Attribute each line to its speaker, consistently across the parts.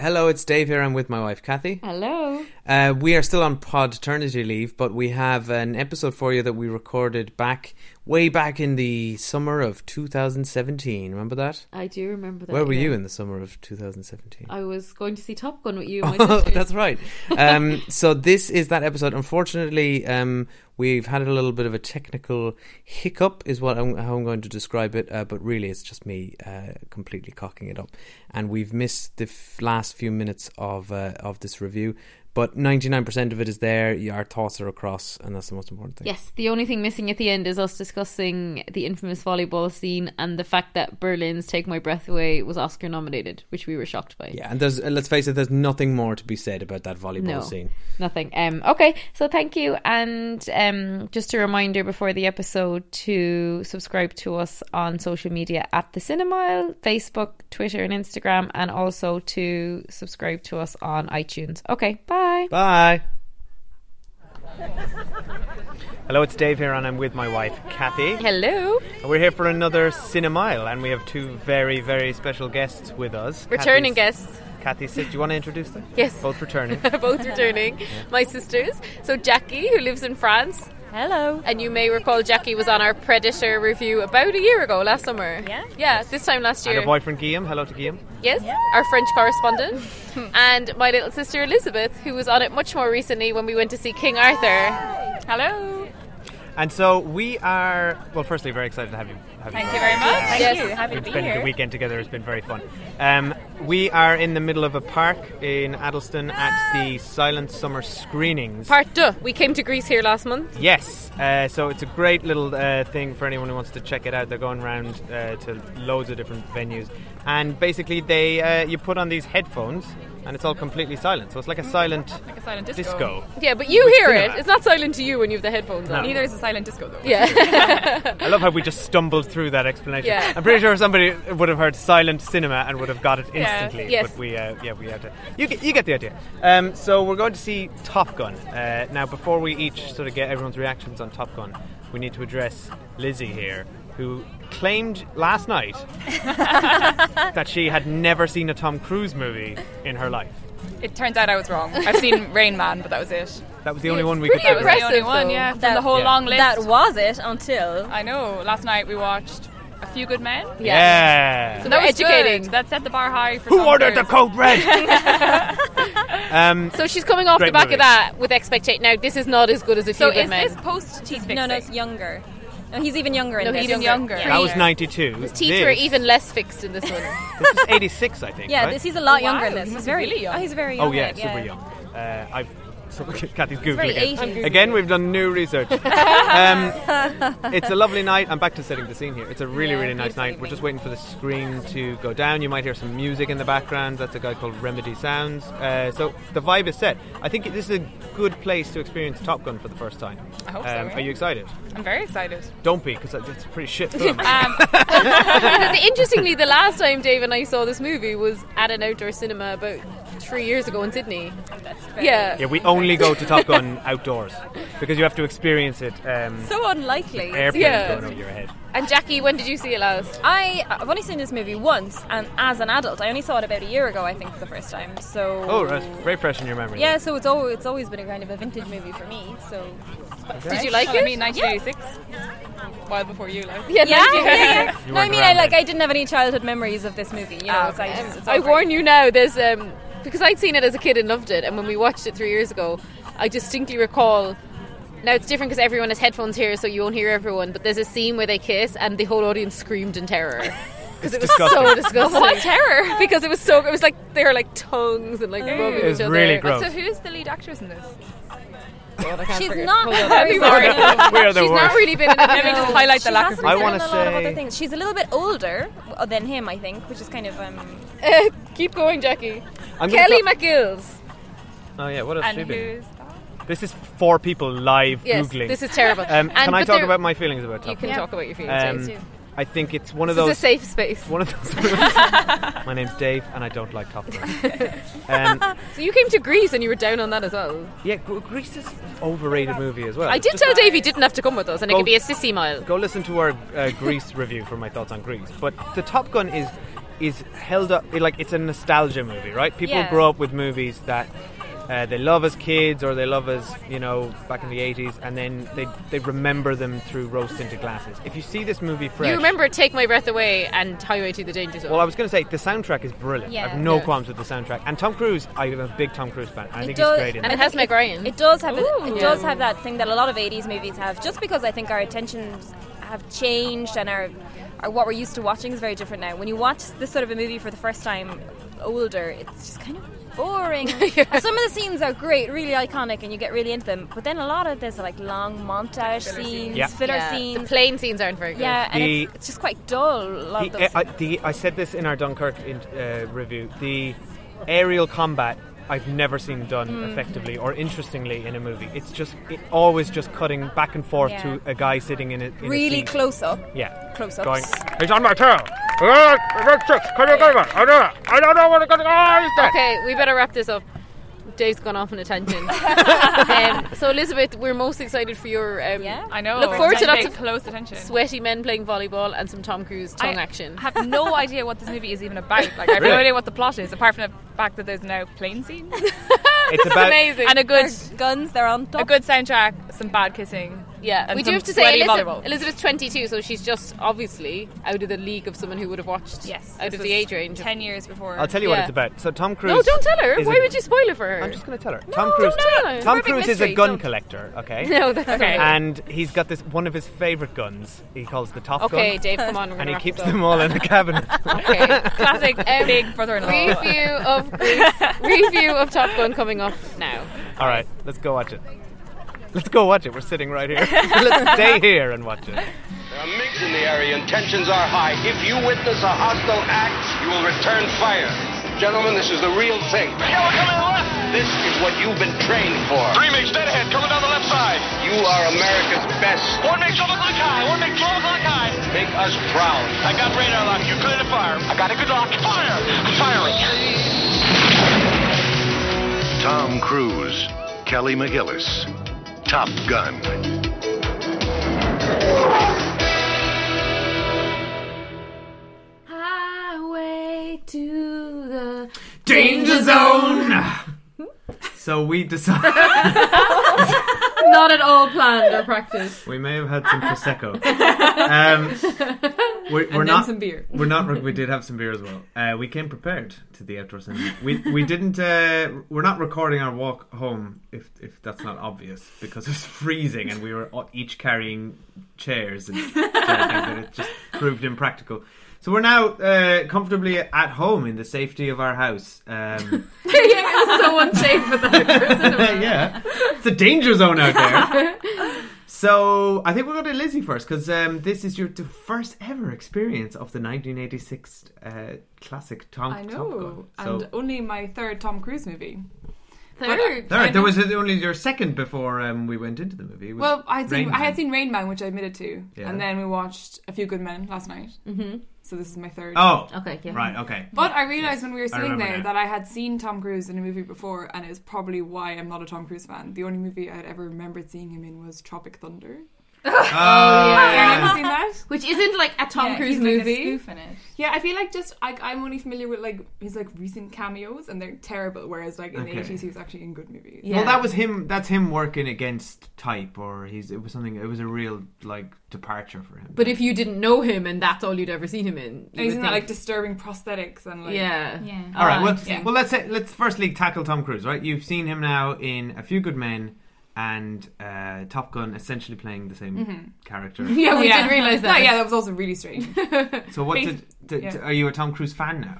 Speaker 1: Hello, it's Dave here. I'm with my wife, Kathy.
Speaker 2: Hello.
Speaker 1: Uh, we are still on paternity leave, but we have an episode for you that we recorded back way back in the summer of 2017. Remember that?
Speaker 2: I do remember that.
Speaker 1: Where were
Speaker 2: yeah.
Speaker 1: you in the summer of 2017?
Speaker 2: I was going to see Top Gun with you. and My sisters.
Speaker 1: Oh, That's right. Um, so this is that episode. Unfortunately, um, we've had a little bit of a technical hiccup, is what I'm, how I'm going to describe it. Uh, but really, it's just me uh, completely cocking it up, and we've missed the f- last few minutes of uh, of this review. But 99% of it is there. y- Our thoughts are across, and that's the most important thing.
Speaker 2: Yes, the only thing missing at the end is us discussing the infamous volleyball scene and the fact that Berlin's Take My Breath Away was Oscar nominated, which we were shocked by.
Speaker 1: Yeah, and there's uh, let's face it, there's nothing more to be said about that volleyball
Speaker 2: No,
Speaker 1: scene.
Speaker 2: nothing. Um, okay, so thank you, and um, just a reminder before the episode to subscribe to us on social media at the Cinemile, Facebook, Twitter, and Instagram, and also to subscribe to us on iTunes. Okay, bye.
Speaker 1: Bye.
Speaker 3: Hello, it's Dave here, and I'm with my wife, Kathy.
Speaker 2: Hello.
Speaker 3: And we're here for another Cinemile, and we have two very, very special guests with us.
Speaker 2: Returning
Speaker 3: Kathy's-
Speaker 2: guests.
Speaker 3: Kathy, says, do you want to introduce them?
Speaker 2: Yes.
Speaker 3: Both returning.
Speaker 2: both returning, my sisters. So Jackie, who lives in France,
Speaker 4: Hello.
Speaker 2: and you may recall Jackie was on our Predator review about a year ago, last summer.
Speaker 4: Yeah.
Speaker 2: yeah, this time last
Speaker 3: and
Speaker 2: year.
Speaker 3: her boyfriend, Guillaume. Hello to Guillaume.
Speaker 2: yes, our French correspondent, and my little sister Elizabeth, who was on it much more recently when we went to see King Arthur. Hello.
Speaker 3: And so we are, well, firstly, very excited to have you. Have
Speaker 4: Thank
Speaker 3: both.
Speaker 4: you very much. Thank
Speaker 2: Yes.
Speaker 4: you. Happy to be
Speaker 3: It's been
Speaker 4: here.
Speaker 3: the weekend together has been very fun. Um, we are in the middle of a park in Addleston at the Silent Summer screenings.
Speaker 2: Part two. We came to Greece here last month.
Speaker 3: Yes, uh, so it's a great little uh, thing for anyone who wants to check it out. They're going around uh, to loads of different venues, and basically they uh, you put on these headphones, and it's all completely silent. So it's like a silent, like
Speaker 4: a silent disco.
Speaker 3: disco.
Speaker 2: Yeah, but you hear it.
Speaker 3: cinema.
Speaker 2: It's not silent to you when you have the headphones on.
Speaker 4: Neither is a silent disco though.
Speaker 2: Yeah.
Speaker 3: I love how we just stumbled through that explanation.
Speaker 2: Yeah.
Speaker 3: I'm pretty sure somebody would have heard silent cinema and would have got it instantly.
Speaker 2: yes.
Speaker 3: But we, uh, yeah, we had to. You get, you get the idea. Um, so we're going to see Top Gun. Uh, now, before we each sort of get everyone's reactions on Top Gun, we need to address Lizzie here, who claimed last night that she had never seen a Tom Cruise movie in her life.
Speaker 4: It turns out I was wrong. I've seen Rain Man, but that was it.
Speaker 3: That was the only one we
Speaker 2: pretty
Speaker 3: could figure out.
Speaker 2: impressive.
Speaker 4: the only one,
Speaker 2: though.
Speaker 4: yeah, from the whole
Speaker 3: Yeah.
Speaker 4: long list.
Speaker 5: That was it until
Speaker 4: I know. Last night we watched A Few Good Men.
Speaker 3: Yeah.
Speaker 4: That was
Speaker 2: educating.
Speaker 4: good. That set the bar high for
Speaker 3: Who
Speaker 4: Tom
Speaker 3: ordered the
Speaker 4: Cruise.
Speaker 3: cold red? um,
Speaker 2: So she's coming off
Speaker 3: Great
Speaker 2: the back
Speaker 3: movie.
Speaker 2: of that with expectation. Now this is not as good as a few
Speaker 4: So
Speaker 2: good
Speaker 4: is
Speaker 2: men.
Speaker 4: this post cheese fixing?
Speaker 5: no, no, it's younger. No, he's even younger in
Speaker 2: No,
Speaker 5: this.
Speaker 2: he's
Speaker 4: even younger.
Speaker 5: Yeah.
Speaker 3: that was 92.
Speaker 2: Teeth were
Speaker 3: This-
Speaker 2: even less fixed in this one.
Speaker 3: This is 86, I think.
Speaker 5: Yeah,
Speaker 3: right?
Speaker 5: this he's a lot
Speaker 4: Oh, wow,
Speaker 5: younger in this.
Speaker 4: he
Speaker 5: He's
Speaker 4: must be
Speaker 5: very
Speaker 4: really young.
Speaker 5: Oh, he's very young.
Speaker 3: Oh, yeah,
Speaker 5: like,
Speaker 3: super young. Uh, I've. So, Kathy's
Speaker 5: very
Speaker 3: Googling again.
Speaker 5: 80s.
Speaker 3: Again, we've done new research. um, it's a lovely night. I'm back to setting the scene here. It's a really, really nice night. We're just waiting for the screen to go down. You might hear some music in the background. That's a guy called Remedy Sounds. Uh, so the vibe is set. I think this is a good place to experience Top Gun for the first time. I
Speaker 4: hope so, yeah.
Speaker 3: Are you excited?
Speaker 4: I'm very excited.
Speaker 3: Don't be, because it's a pretty shit film.
Speaker 4: Um,
Speaker 2: Because Interestingly, the last time Dave and I saw this movie was at an outdoor cinema about three years ago in Sydney. Yeah.
Speaker 3: yeah, we only go to Top Gun outdoors because you have to experience it. Um,
Speaker 5: So unlikely.
Speaker 3: airplanes
Speaker 2: Yeah.
Speaker 3: going over your head.
Speaker 2: And Jackie, when did you see it last?
Speaker 5: I I've only seen this movie once, and as an adult, I only saw it about a year ago, I think, for the first time. So.
Speaker 3: Oh, that's very fresh in your memory.
Speaker 5: Yeah, so it's always it's always been a kind of a vintage movie for me. So.
Speaker 2: Did you like
Speaker 4: I
Speaker 2: it?
Speaker 4: mean, 1986. While before you, like.
Speaker 2: yeah,
Speaker 5: Yeah, yeah,
Speaker 2: 19
Speaker 5: yeah.
Speaker 3: You
Speaker 5: no, I
Speaker 3: weren't
Speaker 5: mean,
Speaker 3: around
Speaker 5: I like
Speaker 3: then.
Speaker 5: I didn't have any childhood memories of this movie. You know,
Speaker 4: Ah,
Speaker 5: it's, I, just, it's
Speaker 2: I
Speaker 5: all very-
Speaker 2: warn you now. There's um because I'd seen it as a kid and loved it, and when we watched it three years ago, I distinctly recall. Now it's different because everyone has headphones here, so you won't hear everyone. But there's a scene where they kiss, and the whole audience screamed in terror because it was
Speaker 3: disgusting.
Speaker 2: so disgusting. what terror? Because it was so. It was like they were like tongues and like rubbing
Speaker 3: It was
Speaker 2: each other.
Speaker 3: really gross.
Speaker 4: So who's the lead actress in this?
Speaker 5: She's not.
Speaker 2: Sorry, sorry.
Speaker 3: Oh, we are the
Speaker 2: She's
Speaker 3: worst.
Speaker 2: not really been in
Speaker 4: Let me
Speaker 2: it.
Speaker 4: just highlight the
Speaker 5: She
Speaker 4: lack of.
Speaker 5: hasn't
Speaker 3: I
Speaker 5: done
Speaker 3: wanna
Speaker 5: a lot of
Speaker 3: say-
Speaker 5: other things. She's a little bit older w- than him, I think, which is kind of um,
Speaker 2: Keep going, Jackie.
Speaker 3: I'm gonna
Speaker 2: Kelly
Speaker 3: go-
Speaker 2: McGills.
Speaker 3: oh yeah, what else?
Speaker 4: And
Speaker 3: she been?
Speaker 4: who's that?
Speaker 3: This is four people live
Speaker 2: Yes,
Speaker 3: googling.
Speaker 2: this is terrible.
Speaker 3: um, can I
Speaker 2: but
Speaker 3: talk
Speaker 2: there-
Speaker 3: about my feelings about
Speaker 2: You
Speaker 3: Top
Speaker 2: can
Speaker 4: Yeah.
Speaker 2: talk about your feelings.
Speaker 3: Gun?
Speaker 2: yes.
Speaker 3: Um, I think it's one of
Speaker 2: this
Speaker 3: those.
Speaker 2: is a safe space.
Speaker 3: one of those. movies- my name's Dave, and I don't like Top Gun. um,
Speaker 2: So you came to Greece and you were down on that as well.
Speaker 3: yeah, Gre- Grease is an overrated movie as well.
Speaker 2: I did
Speaker 3: Just
Speaker 2: tell Dave he didn't have to come with us, and it
Speaker 3: Go-
Speaker 2: could be a sissy mile.
Speaker 3: go listen to our uh, Grease review for my thoughts on Grease. But the Top Gun is is held up it- like it's a nostalgia movie, right? People
Speaker 5: Yeah.
Speaker 3: grow up with movies that uh, they love as kids or they love as you know back in the eighties, and then they they remember them through rose tinted glasses. If you see this movie fresh,
Speaker 2: You remember "Take My Breath Away" and "Highway to the Danger Zone."
Speaker 3: Well, I was going to say the soundtrack is brilliant. I have
Speaker 5: Yeah.
Speaker 3: no
Speaker 2: Yeah.
Speaker 3: qualms with the soundtrack. And Tom Cruise, I'm a big Tom Cruise fan. I think
Speaker 5: does-
Speaker 3: he's great in
Speaker 2: and
Speaker 3: it.
Speaker 2: it has Meg Ryan.
Speaker 5: It does have
Speaker 2: Ooh.
Speaker 5: a, it
Speaker 2: Yeah.
Speaker 5: does have that thing that a lot of '80s movies have, just because I think our attentions have changed and our, our what we're used to watching is very different now. When you watch this sort of a movie for the first time, older, it's just kind of boring. And Some of the scenes are great, really iconic, and you get really into them. But then a lot of there's like long montage scenes,
Speaker 3: Yeah.
Speaker 5: filler
Speaker 2: Yeah, The
Speaker 5: scenes.
Speaker 2: plane scenes aren't very good.
Speaker 5: yeah, and
Speaker 3: The-
Speaker 5: it's, it's just quite dull. A lot of
Speaker 3: The- eh,
Speaker 5: those.
Speaker 3: I, the, I said this in our Dunkirk in, uh, review. The aerial combat I've never seen done
Speaker 2: Hmm.
Speaker 3: effectively or interestingly in a movie. It's just it, always just cutting back and forth
Speaker 5: Yeah.
Speaker 3: to a guy sitting in a in a
Speaker 5: really
Speaker 3: seat.
Speaker 5: close up.
Speaker 3: Yeah,
Speaker 5: Close-ups.
Speaker 3: Going,
Speaker 6: He's on my tail. Ah, Can you get it? I don't know. I don't know what it's going to Ah, he's dead.
Speaker 2: Okay, we better wrap this up. Dave's gone off on a tangent. um, so Elizabeth, we're most excited for your um,
Speaker 5: Yeah.
Speaker 4: I know.
Speaker 2: Look forward to
Speaker 4: Pay
Speaker 2: lots of
Speaker 4: close attention.
Speaker 2: sweaty men playing volleyball and some Tom Cruise tongue
Speaker 4: I
Speaker 2: action.
Speaker 4: have no idea what this movie is even about. Like I have
Speaker 3: Really?
Speaker 4: no idea what the plot is, apart from the fact that there's now plane scenes
Speaker 3: it's about
Speaker 4: and a good
Speaker 5: Guns, they're on top.
Speaker 4: a good soundtrack, some bad kissing.
Speaker 2: yeah,
Speaker 4: and
Speaker 2: we do
Speaker 4: some
Speaker 2: have to say
Speaker 4: sweaty
Speaker 2: Elizabeth,
Speaker 4: volleyball.
Speaker 2: Elizabeth's 22, so she's just obviously out of the league of someone who would have watched.
Speaker 4: Yes,
Speaker 2: out
Speaker 4: this
Speaker 2: of
Speaker 4: was
Speaker 2: the age range. of-
Speaker 4: Ten years before.
Speaker 3: I'll tell you what
Speaker 2: Yeah.
Speaker 3: it's about. So Tom Cruise.
Speaker 2: no, don't tell her.
Speaker 3: is
Speaker 2: Why
Speaker 3: a-
Speaker 2: would you spoil it for her?
Speaker 3: I'm just going to tell her.
Speaker 2: No,
Speaker 3: Tom
Speaker 2: don't
Speaker 3: Cruise.
Speaker 2: tell her. It's
Speaker 3: Tom
Speaker 2: a big
Speaker 3: Cruise is a
Speaker 2: mystery.
Speaker 3: gun
Speaker 2: Don't.
Speaker 3: collector. Okay.
Speaker 2: no, that's okay.
Speaker 4: Okay.
Speaker 3: And he's got this one of his favorite guns. He calls the Top
Speaker 2: Okay,
Speaker 3: Gun.
Speaker 2: Dave, come on. We're
Speaker 3: and
Speaker 2: gonna
Speaker 3: he
Speaker 2: wrap
Speaker 3: keeps
Speaker 2: this up.
Speaker 3: them all in a cabinet.
Speaker 2: Okay.
Speaker 4: Classic
Speaker 3: Um,
Speaker 4: big brother-in-law.
Speaker 2: review of Grease- review of Top Gun coming up now.
Speaker 3: All right, let's go watch it. Let's go watch it. We're sitting right here. let's stay here and watch it.
Speaker 7: There are MiGs in the area and tensions are high. If you witness a hostile act, you will return fire. Gentlemen, this is the real thing. This is what you've been trained for.
Speaker 8: Three MiGs dead ahead, coming down the left side.
Speaker 7: You are America's best.
Speaker 8: One MiG's over to the sky, one MiG's over to the sky.
Speaker 7: Make us proud.
Speaker 8: I got radar lock, you're clear to fire. I got a good lock. Fire! I'm firing.
Speaker 9: Tom Cruise, Kelly McGillis, Top Gun.
Speaker 2: Highway to the
Speaker 3: Danger zone. So we decided
Speaker 2: not at all planned or practiced.
Speaker 3: we may have had some prosecco. Um, we're, we're
Speaker 2: then
Speaker 3: not
Speaker 2: some beer.
Speaker 3: We're not. We did have some beer as well. Uh, we came prepared to the outdoor cinema. We we didn't. Uh, we're not recording our walk home if if that's not obvious because it was freezing and we were all- each carrying chairs and that it just proved impractical. So we're now uh, comfortably at home in the safety of our house. Um,
Speaker 2: so unsafe for that person.
Speaker 3: yeah, it's a danger zone out there. So I think we'll go to Lizzie first because um, this is your t- first ever experience of the 1986 uh, classic Tom.
Speaker 10: I
Speaker 3: Top
Speaker 10: know,
Speaker 3: Gun. So
Speaker 10: and only my third Tom Cruise movie.
Speaker 2: Third.
Speaker 3: there, there was only your second before um, we went into the movie. It was
Speaker 10: Well, I had seen
Speaker 3: Rain
Speaker 10: I had
Speaker 3: Man.
Speaker 10: seen Rain Man, which I admitted to,
Speaker 3: Yeah.
Speaker 10: and then we watched A Few Good Men last night. Mm-hmm. So this is my third.
Speaker 3: Oh,
Speaker 2: Okay, yeah.
Speaker 3: right, okay.
Speaker 10: But I realised when we were sitting
Speaker 3: remember
Speaker 10: there
Speaker 3: now.
Speaker 10: that I had seen Tom Cruise in a movie before, and it was probably why I'm not a Tom Cruise fan. The only movie I'd ever remembered seeing him in was Tropic Thunder.
Speaker 3: Oh, yeah.
Speaker 10: Have you seen that?
Speaker 2: Which isn't like a Tom Cruise movie.
Speaker 10: Yeah, I feel like just I, I'm only familiar with like his like recent cameos, and they're terrible. Whereas like in
Speaker 3: Okay.
Speaker 10: the 80s, he was actually in good movies.
Speaker 3: Well, that was him. That's him working against type, or he's. It was something. It was a real like departure for him.
Speaker 2: But if you didn't know him and that's all you'd ever seen him in, you
Speaker 10: And he's
Speaker 2: would
Speaker 10: in that like
Speaker 2: think-
Speaker 10: disturbing prosthetics and like
Speaker 2: yeah.
Speaker 3: All right. Well,
Speaker 2: interesting.
Speaker 3: well, let's say, let's firstly tackle Tom Cruise. Right, you've seen him now in A Few Good Men and uh, Top Gun, essentially playing the same character.
Speaker 2: Yeah, we
Speaker 10: Oh, Yeah.
Speaker 2: did realize
Speaker 10: No,
Speaker 2: that.
Speaker 10: yeah, that was also really strange.
Speaker 3: So, what
Speaker 10: Bas-
Speaker 3: did, d- d-
Speaker 10: yeah.
Speaker 3: are you a Tom Cruise fan now?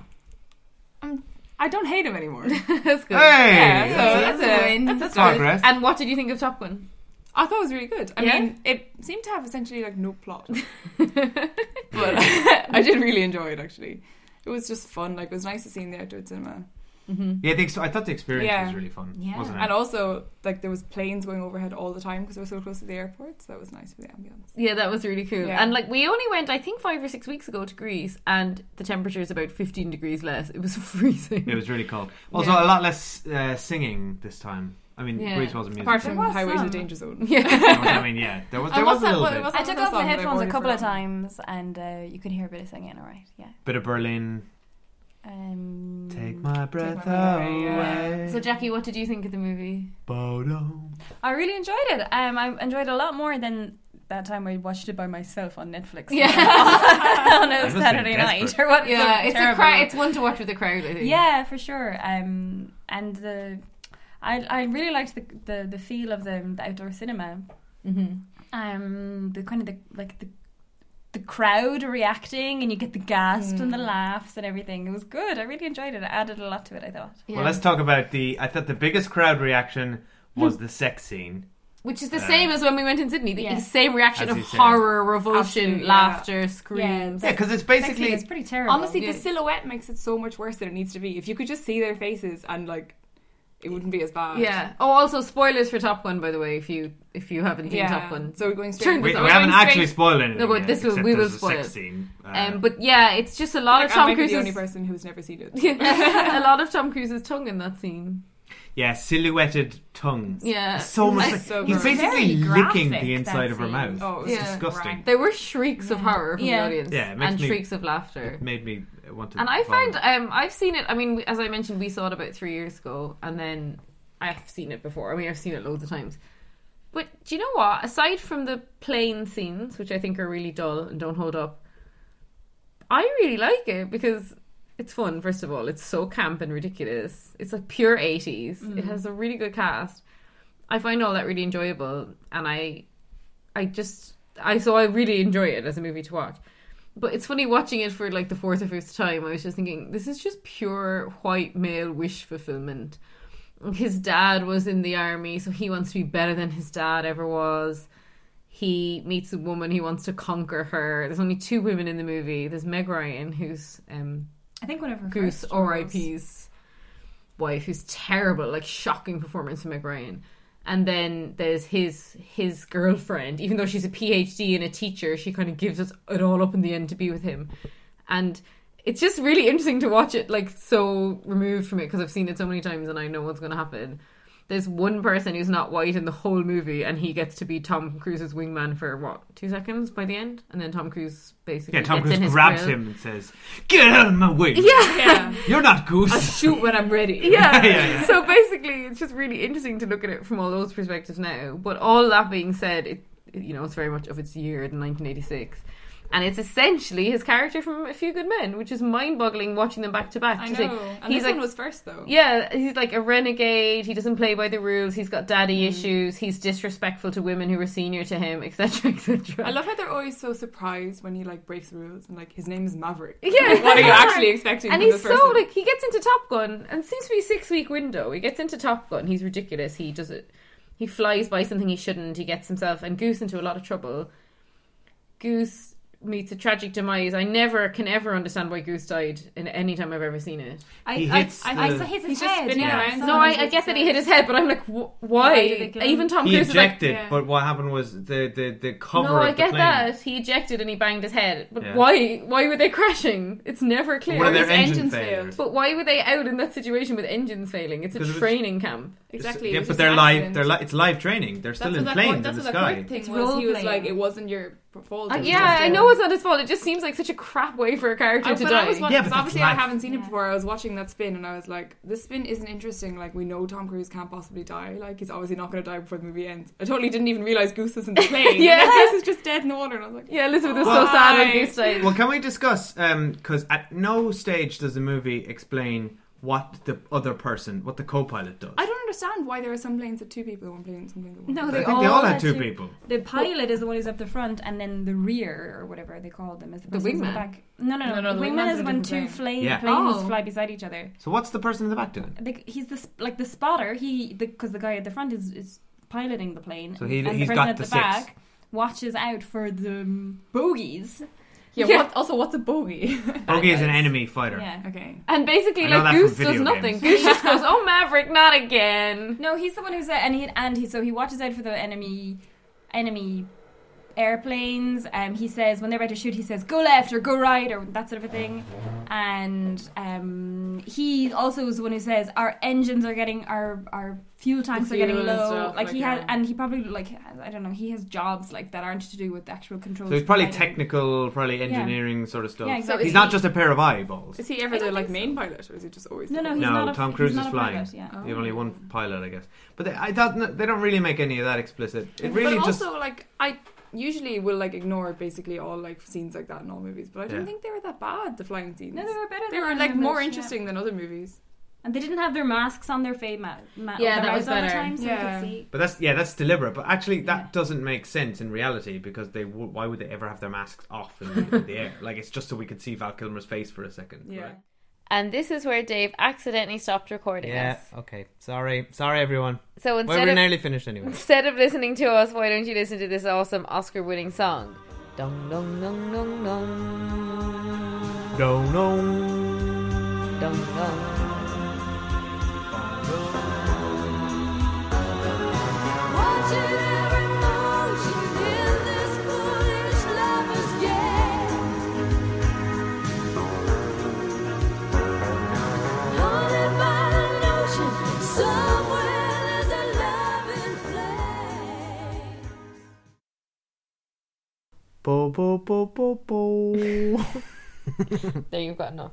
Speaker 10: I don't hate him anymore.
Speaker 2: That's good.
Speaker 3: Hey,
Speaker 10: Yeah, so
Speaker 3: that's
Speaker 10: that's,
Speaker 3: it.
Speaker 10: a win.
Speaker 2: That's
Speaker 3: Sorry,
Speaker 2: good.
Speaker 3: Grace.
Speaker 2: And what did you think of Top Gun?
Speaker 10: I thought it was really good. I
Speaker 2: Yeah?
Speaker 10: mean, it seemed to have essentially like no plot, but I did really enjoy it. Actually, it was just fun. Like, it was nice to see in the outdoor cinema. Mhm.
Speaker 3: Yeah, I think so. I thought the experience was really fun, wasn't it?
Speaker 10: And also, like there was planes going overhead all the time because we're so close to the airport, so that was nice for the ambience.
Speaker 2: Yeah, that was really cool.
Speaker 10: Yeah.
Speaker 2: And like we only went, I think, five or six weeks ago to Greece, and the temperature is about fifteen degrees less. It was freezing.
Speaker 3: It was really cold. Also,
Speaker 2: Yeah.
Speaker 3: a lot less uh, singing this time. I mean,
Speaker 2: Yeah.
Speaker 3: Greece wasn't music.
Speaker 10: Apart from
Speaker 3: There was
Speaker 10: Highways
Speaker 3: some.
Speaker 10: of Danger Zone.
Speaker 3: I mean, yeah, there was, there was a little bit.
Speaker 11: I took off my headphones a couple of
Speaker 10: times.
Speaker 11: times, and uh, you could hear a bit of singing. All right, yeah.
Speaker 3: bit of Berlin.
Speaker 11: Um,
Speaker 4: Mm.
Speaker 3: Take my breath away.
Speaker 11: So,
Speaker 2: Jackie, what did you think of the movie?
Speaker 3: Bodo.
Speaker 11: I really enjoyed it. Um, I enjoyed it a lot more than that time I watched it by myself on Netflix.
Speaker 2: Yeah.
Speaker 11: on
Speaker 2: I
Speaker 11: a
Speaker 2: must be
Speaker 11: Saturday night
Speaker 2: desperate.
Speaker 11: or what?
Speaker 2: Yeah, it's a
Speaker 11: terrible-
Speaker 2: crowd- it's one to watch with a crowd, I think.
Speaker 11: Yeah, for sure. Um, and the, I I really liked the the, the feel of the, the outdoor cinema.
Speaker 2: Mhm.
Speaker 11: Um, the kind of the like the. The crowd reacting, and you get the gasps and the laughs and everything. It was good. I really enjoyed it. It added a lot to it. I thought.
Speaker 3: Well, let's talk about the. I thought the biggest crowd reaction
Speaker 2: Hmm.
Speaker 3: was the sex scene.
Speaker 2: Which is the
Speaker 3: Uh,
Speaker 2: same as when we went in Sydney. The
Speaker 11: Yeah.
Speaker 2: same reaction
Speaker 3: As
Speaker 2: of
Speaker 3: you said.
Speaker 2: horror, revulsion,
Speaker 10: Absolutely, yeah.
Speaker 2: laughter, screams.
Speaker 3: Yeah, 'cause it's basically-
Speaker 11: it's pretty terrible.
Speaker 10: Honestly,
Speaker 11: Yeah.
Speaker 10: the silhouette makes it so much worse than it needs to be. If you could just see their faces and like, it wouldn't be as bad.
Speaker 2: Yeah. Oh, also spoilers for Top Gun, by the way. If you if you haven't seen
Speaker 10: Yeah.
Speaker 2: Top Gun,
Speaker 10: So we're going straight
Speaker 2: Turn
Speaker 10: into
Speaker 2: this
Speaker 10: that.
Speaker 2: off.
Speaker 10: We
Speaker 2: We're
Speaker 10: haven't
Speaker 2: going
Speaker 10: actually
Speaker 2: straight-
Speaker 10: spoiled anything
Speaker 2: No, but
Speaker 3: yet,
Speaker 2: this will
Speaker 3: except
Speaker 2: we will
Speaker 3: there's a
Speaker 2: spoil.
Speaker 3: sex scene, uh,
Speaker 2: um, but yeah, it's just a lot
Speaker 10: Like,
Speaker 2: of
Speaker 10: I
Speaker 2: Tom
Speaker 10: might be
Speaker 2: Cruise's.
Speaker 10: the only person who's never seen it.
Speaker 2: Yeah. a lot of Tom Cruise's tongue in that scene.
Speaker 3: Yeah, silhouetted tongue.
Speaker 2: Yeah.
Speaker 3: so much.
Speaker 2: I-
Speaker 3: like-
Speaker 2: so
Speaker 3: he's
Speaker 2: gross.
Speaker 3: basically
Speaker 2: Very graphic,
Speaker 3: licking the
Speaker 2: that
Speaker 3: inside of her
Speaker 2: scene.
Speaker 3: mouth.
Speaker 2: Oh, it was
Speaker 3: it's
Speaker 2: just
Speaker 3: disgusting.
Speaker 2: There were shrieks of horror from
Speaker 11: Yeah.
Speaker 2: the audience
Speaker 3: Yeah, it makes
Speaker 2: and
Speaker 3: me-
Speaker 2: shrieks of laughter.
Speaker 3: It made me uh, want to.
Speaker 2: And I
Speaker 3: vomit.
Speaker 2: find um, I've seen it. I mean, we- as I mentioned, we saw it about three years ago, and then I've seen it before. I mean, I've seen it loads of times. But do you know what? Aside from the plane scenes, which I think are really dull and don't hold up, I really like it because it's fun. First of all, it's so camp and ridiculous. It's like pure eighties. It
Speaker 11: Mm.
Speaker 2: has a really good cast. I find all that really enjoyable, and I, I just, I so I really enjoy it as a movie to watch. But it's funny watching it for like the fourth or fifth time. I was just thinking, this is just pure white male wish fulfillment. His dad was in the army, so he wants to be better than his dad ever was. He meets a woman, he wants to conquer her. There's only two women in the movie. There's Meg Ryan, who's um,
Speaker 11: I think one of her
Speaker 2: Goose
Speaker 11: first roles.
Speaker 2: R.I.P.'s wife, who's terrible, like shocking performance from Meg Ryan. And then there's his his girlfriend, even though she's a PhD and a teacher, she kind of gives us it all up in the end to be with him. And it's just really interesting to watch it like so removed from it because I've seen it so many times and I know what's going to happen. There's one person who's not white in the whole movie, and he gets to be Tom Cruise's wingman for what two seconds by the end, and then Tom Cruise basically
Speaker 3: Yeah, Tom
Speaker 2: gets in
Speaker 3: Cruise
Speaker 2: his
Speaker 3: grabs
Speaker 2: grill.
Speaker 3: him and says, "Get out of my way!
Speaker 2: Yeah.
Speaker 3: You're not Goose."
Speaker 2: I'll shoot when I'm ready.
Speaker 3: Yeah. Yeah, yeah.
Speaker 2: So basically, it's just really interesting to look at it from all those perspectives now. But all that being said, it it- you know it's very much of its year in 1986. And it's essentially his character from A Few Good Men, which is mind-boggling watching them back to back.
Speaker 10: I
Speaker 2: Just
Speaker 10: know. And this one was first, though.
Speaker 2: Yeah, he's like a renegade. He doesn't play by the rules. He's got daddy
Speaker 10: Mm.
Speaker 2: issues. He's disrespectful to women who are senior to him, etc., etc.
Speaker 10: I love how they're always so surprised when he like breaks the rules and like his name is Maverick.
Speaker 2: Yeah,
Speaker 10: Like, what are you
Speaker 2: exactly.
Speaker 10: actually expecting?
Speaker 2: And
Speaker 10: from
Speaker 2: he's
Speaker 10: this
Speaker 2: so
Speaker 10: person?
Speaker 2: like he gets into Top Gun, and it seems to be a six week window. He gets into Top Gun. He's ridiculous. He does it. He flies by something he shouldn't. He gets himself and Goose into a lot of trouble. Goose meets a tragic demise. I never can ever understand why Goose died in any time I've ever seen it.
Speaker 11: I- He I- hits I- I the- saw his
Speaker 10: He's just
Speaker 11: head,
Speaker 10: spinning
Speaker 11: yeah.
Speaker 10: around.
Speaker 2: No, I, I get that he hit his head, but I'm like, wh-
Speaker 11: Why did they
Speaker 2: why?
Speaker 11: kill him?
Speaker 2: Even Tom
Speaker 3: he
Speaker 2: Cruise is like,
Speaker 3: ejected, but what happened was the the the cover.
Speaker 2: no,
Speaker 3: of
Speaker 2: I
Speaker 3: the
Speaker 2: get
Speaker 3: plane,
Speaker 2: that he ejected and he banged his head, but
Speaker 3: Yeah.
Speaker 2: why? Why were they crashing? It's never clear.
Speaker 3: One of
Speaker 2: Or
Speaker 3: their
Speaker 2: his
Speaker 3: engine
Speaker 2: engines
Speaker 3: failed.
Speaker 2: But why were they out in that situation with engines failing? It's a
Speaker 3: 'Cause it was-
Speaker 2: training camp.
Speaker 3: Yeah, but they're live. They're li- it's live training. They're still in planes in the sky.
Speaker 10: Thing
Speaker 2: It's
Speaker 10: was, he was
Speaker 2: role-playing.
Speaker 10: like, it wasn't your fault.
Speaker 2: Uh,
Speaker 10: it was
Speaker 2: yeah,
Speaker 10: just
Speaker 2: I
Speaker 10: a-
Speaker 2: know it's not his fault. It just seems like such a crap way for a character
Speaker 10: I,
Speaker 2: to
Speaker 10: Uh, but
Speaker 2: die.
Speaker 10: I was watching,
Speaker 2: yeah,
Speaker 10: because obviously I haven't seen it before. I was watching that spin and I was like, this spin isn't interesting. Like, we know Tom Cruise can't possibly die. Like, he's obviously not going to die before the movie ends. I totally didn't even realize Goose was in the plane.
Speaker 2: Yeah.
Speaker 10: And then Goose is just dead in the water. And I was like,
Speaker 2: yeah, Elizabeth was so sad when Goose died.
Speaker 3: Well, can we discuss? Because at no stage does the movie explain what the other person, what the co-pilot does.
Speaker 10: I don't understand why there are some planes that two people and one plane something that one.
Speaker 11: No,
Speaker 3: I
Speaker 11: they
Speaker 3: think
Speaker 11: all
Speaker 3: they all had
Speaker 11: had
Speaker 3: two
Speaker 11: to-
Speaker 3: people.
Speaker 11: The pilot is the one who's up the front, and then the rear or whatever they call them is the,
Speaker 2: The
Speaker 11: person in
Speaker 2: wingman.
Speaker 11: The back. No, no, no.
Speaker 2: No, no,
Speaker 11: the
Speaker 2: the
Speaker 11: wingman
Speaker 2: wingman's
Speaker 11: is
Speaker 2: a
Speaker 11: when
Speaker 2: different
Speaker 11: two
Speaker 2: plane.
Speaker 11: fly,
Speaker 3: Yeah.
Speaker 11: planes
Speaker 2: Oh.
Speaker 11: fly beside each other.
Speaker 3: So what's the person in the back doing?
Speaker 11: The, he's the sp- like the spotter. He because the, guy at the front is is piloting the plane.
Speaker 3: So he-
Speaker 11: and
Speaker 3: he's
Speaker 11: the person
Speaker 3: got
Speaker 11: at
Speaker 3: the
Speaker 11: the
Speaker 3: six.
Speaker 11: back watches out for the bogeys.
Speaker 10: Yeah. What, also, what's a bogey?
Speaker 3: Bogey is an enemy fighter.
Speaker 10: Yeah. Okay.
Speaker 11: And basically,
Speaker 3: I know
Speaker 11: like
Speaker 3: that from
Speaker 11: Goose
Speaker 3: video
Speaker 11: does nothing.
Speaker 3: games.
Speaker 11: Goose just goes, "Oh, Maverick, not again." No, he's the one who's there, and he and he so he watches out for the enemy, enemy airplanes. Um, he says when they're about to shoot, he says, "Go left" or "Go right" or that sort of a thing. And um, he also is the one who says, "Our engines are getting our our fuel tanks are getting
Speaker 10: fuel and
Speaker 11: low."
Speaker 10: stuff,
Speaker 11: like, he
Speaker 10: like,
Speaker 11: had,
Speaker 10: yeah.
Speaker 11: and he probably like has, I don't know, he has jobs like that aren't to do with the actual controls.
Speaker 3: So he's probably
Speaker 11: of the fighter.
Speaker 3: technical, probably engineering sort of stuff.
Speaker 11: Yeah, exactly.
Speaker 3: He's not just a pair of eyeballs.
Speaker 10: Is he ever the like main pilot, or is he just always?
Speaker 11: No,
Speaker 10: the
Speaker 11: no,
Speaker 10: pilot?
Speaker 11: he's
Speaker 3: no,
Speaker 11: not a-
Speaker 3: Tom
Speaker 11: he's
Speaker 3: Cruise
Speaker 11: not
Speaker 3: is
Speaker 11: a
Speaker 3: flying.
Speaker 11: pilot, yeah. Oh.
Speaker 3: You have only one pilot, I guess. But they, I thought they don't really make any of that explicit. It really
Speaker 10: but
Speaker 3: just
Speaker 10: also like I usually will like ignore basically all like scenes like that in all movies, but I didn't
Speaker 3: Yeah.
Speaker 10: think they were that bad. The flying scenes.
Speaker 11: No, they were better.
Speaker 10: They
Speaker 11: than
Speaker 10: were
Speaker 11: other
Speaker 10: like more
Speaker 11: members, yeah.
Speaker 10: interesting than other movies.
Speaker 11: And they didn't have their masks on their face. Ma- ma-
Speaker 10: Yeah,
Speaker 11: their
Speaker 10: that was
Speaker 11: mouths all the
Speaker 10: better.
Speaker 11: time, so
Speaker 10: Yeah.
Speaker 11: yeah. could see.
Speaker 3: But that's yeah, that's deliberate. But actually, that doesn't make sense in reality because they w- why would they ever have their masks off in, in the air? Like it's just so we could see Val Kilmer's face for a second. right?
Speaker 2: And this is where Dave accidentally stopped recording
Speaker 1: Yeah.
Speaker 2: us.
Speaker 1: Okay. Sorry. Sorry, everyone.
Speaker 2: So
Speaker 1: Well,
Speaker 2: instead
Speaker 1: we're
Speaker 2: of-
Speaker 1: nearly finished anyway.
Speaker 2: Instead of listening to us, why don't you listen to this awesome Oscar winning song? Dong dong dong dong dong.
Speaker 3: Don't know.
Speaker 2: Dong dong.
Speaker 1: Bo bo bo bo bo.
Speaker 2: There you've got enough.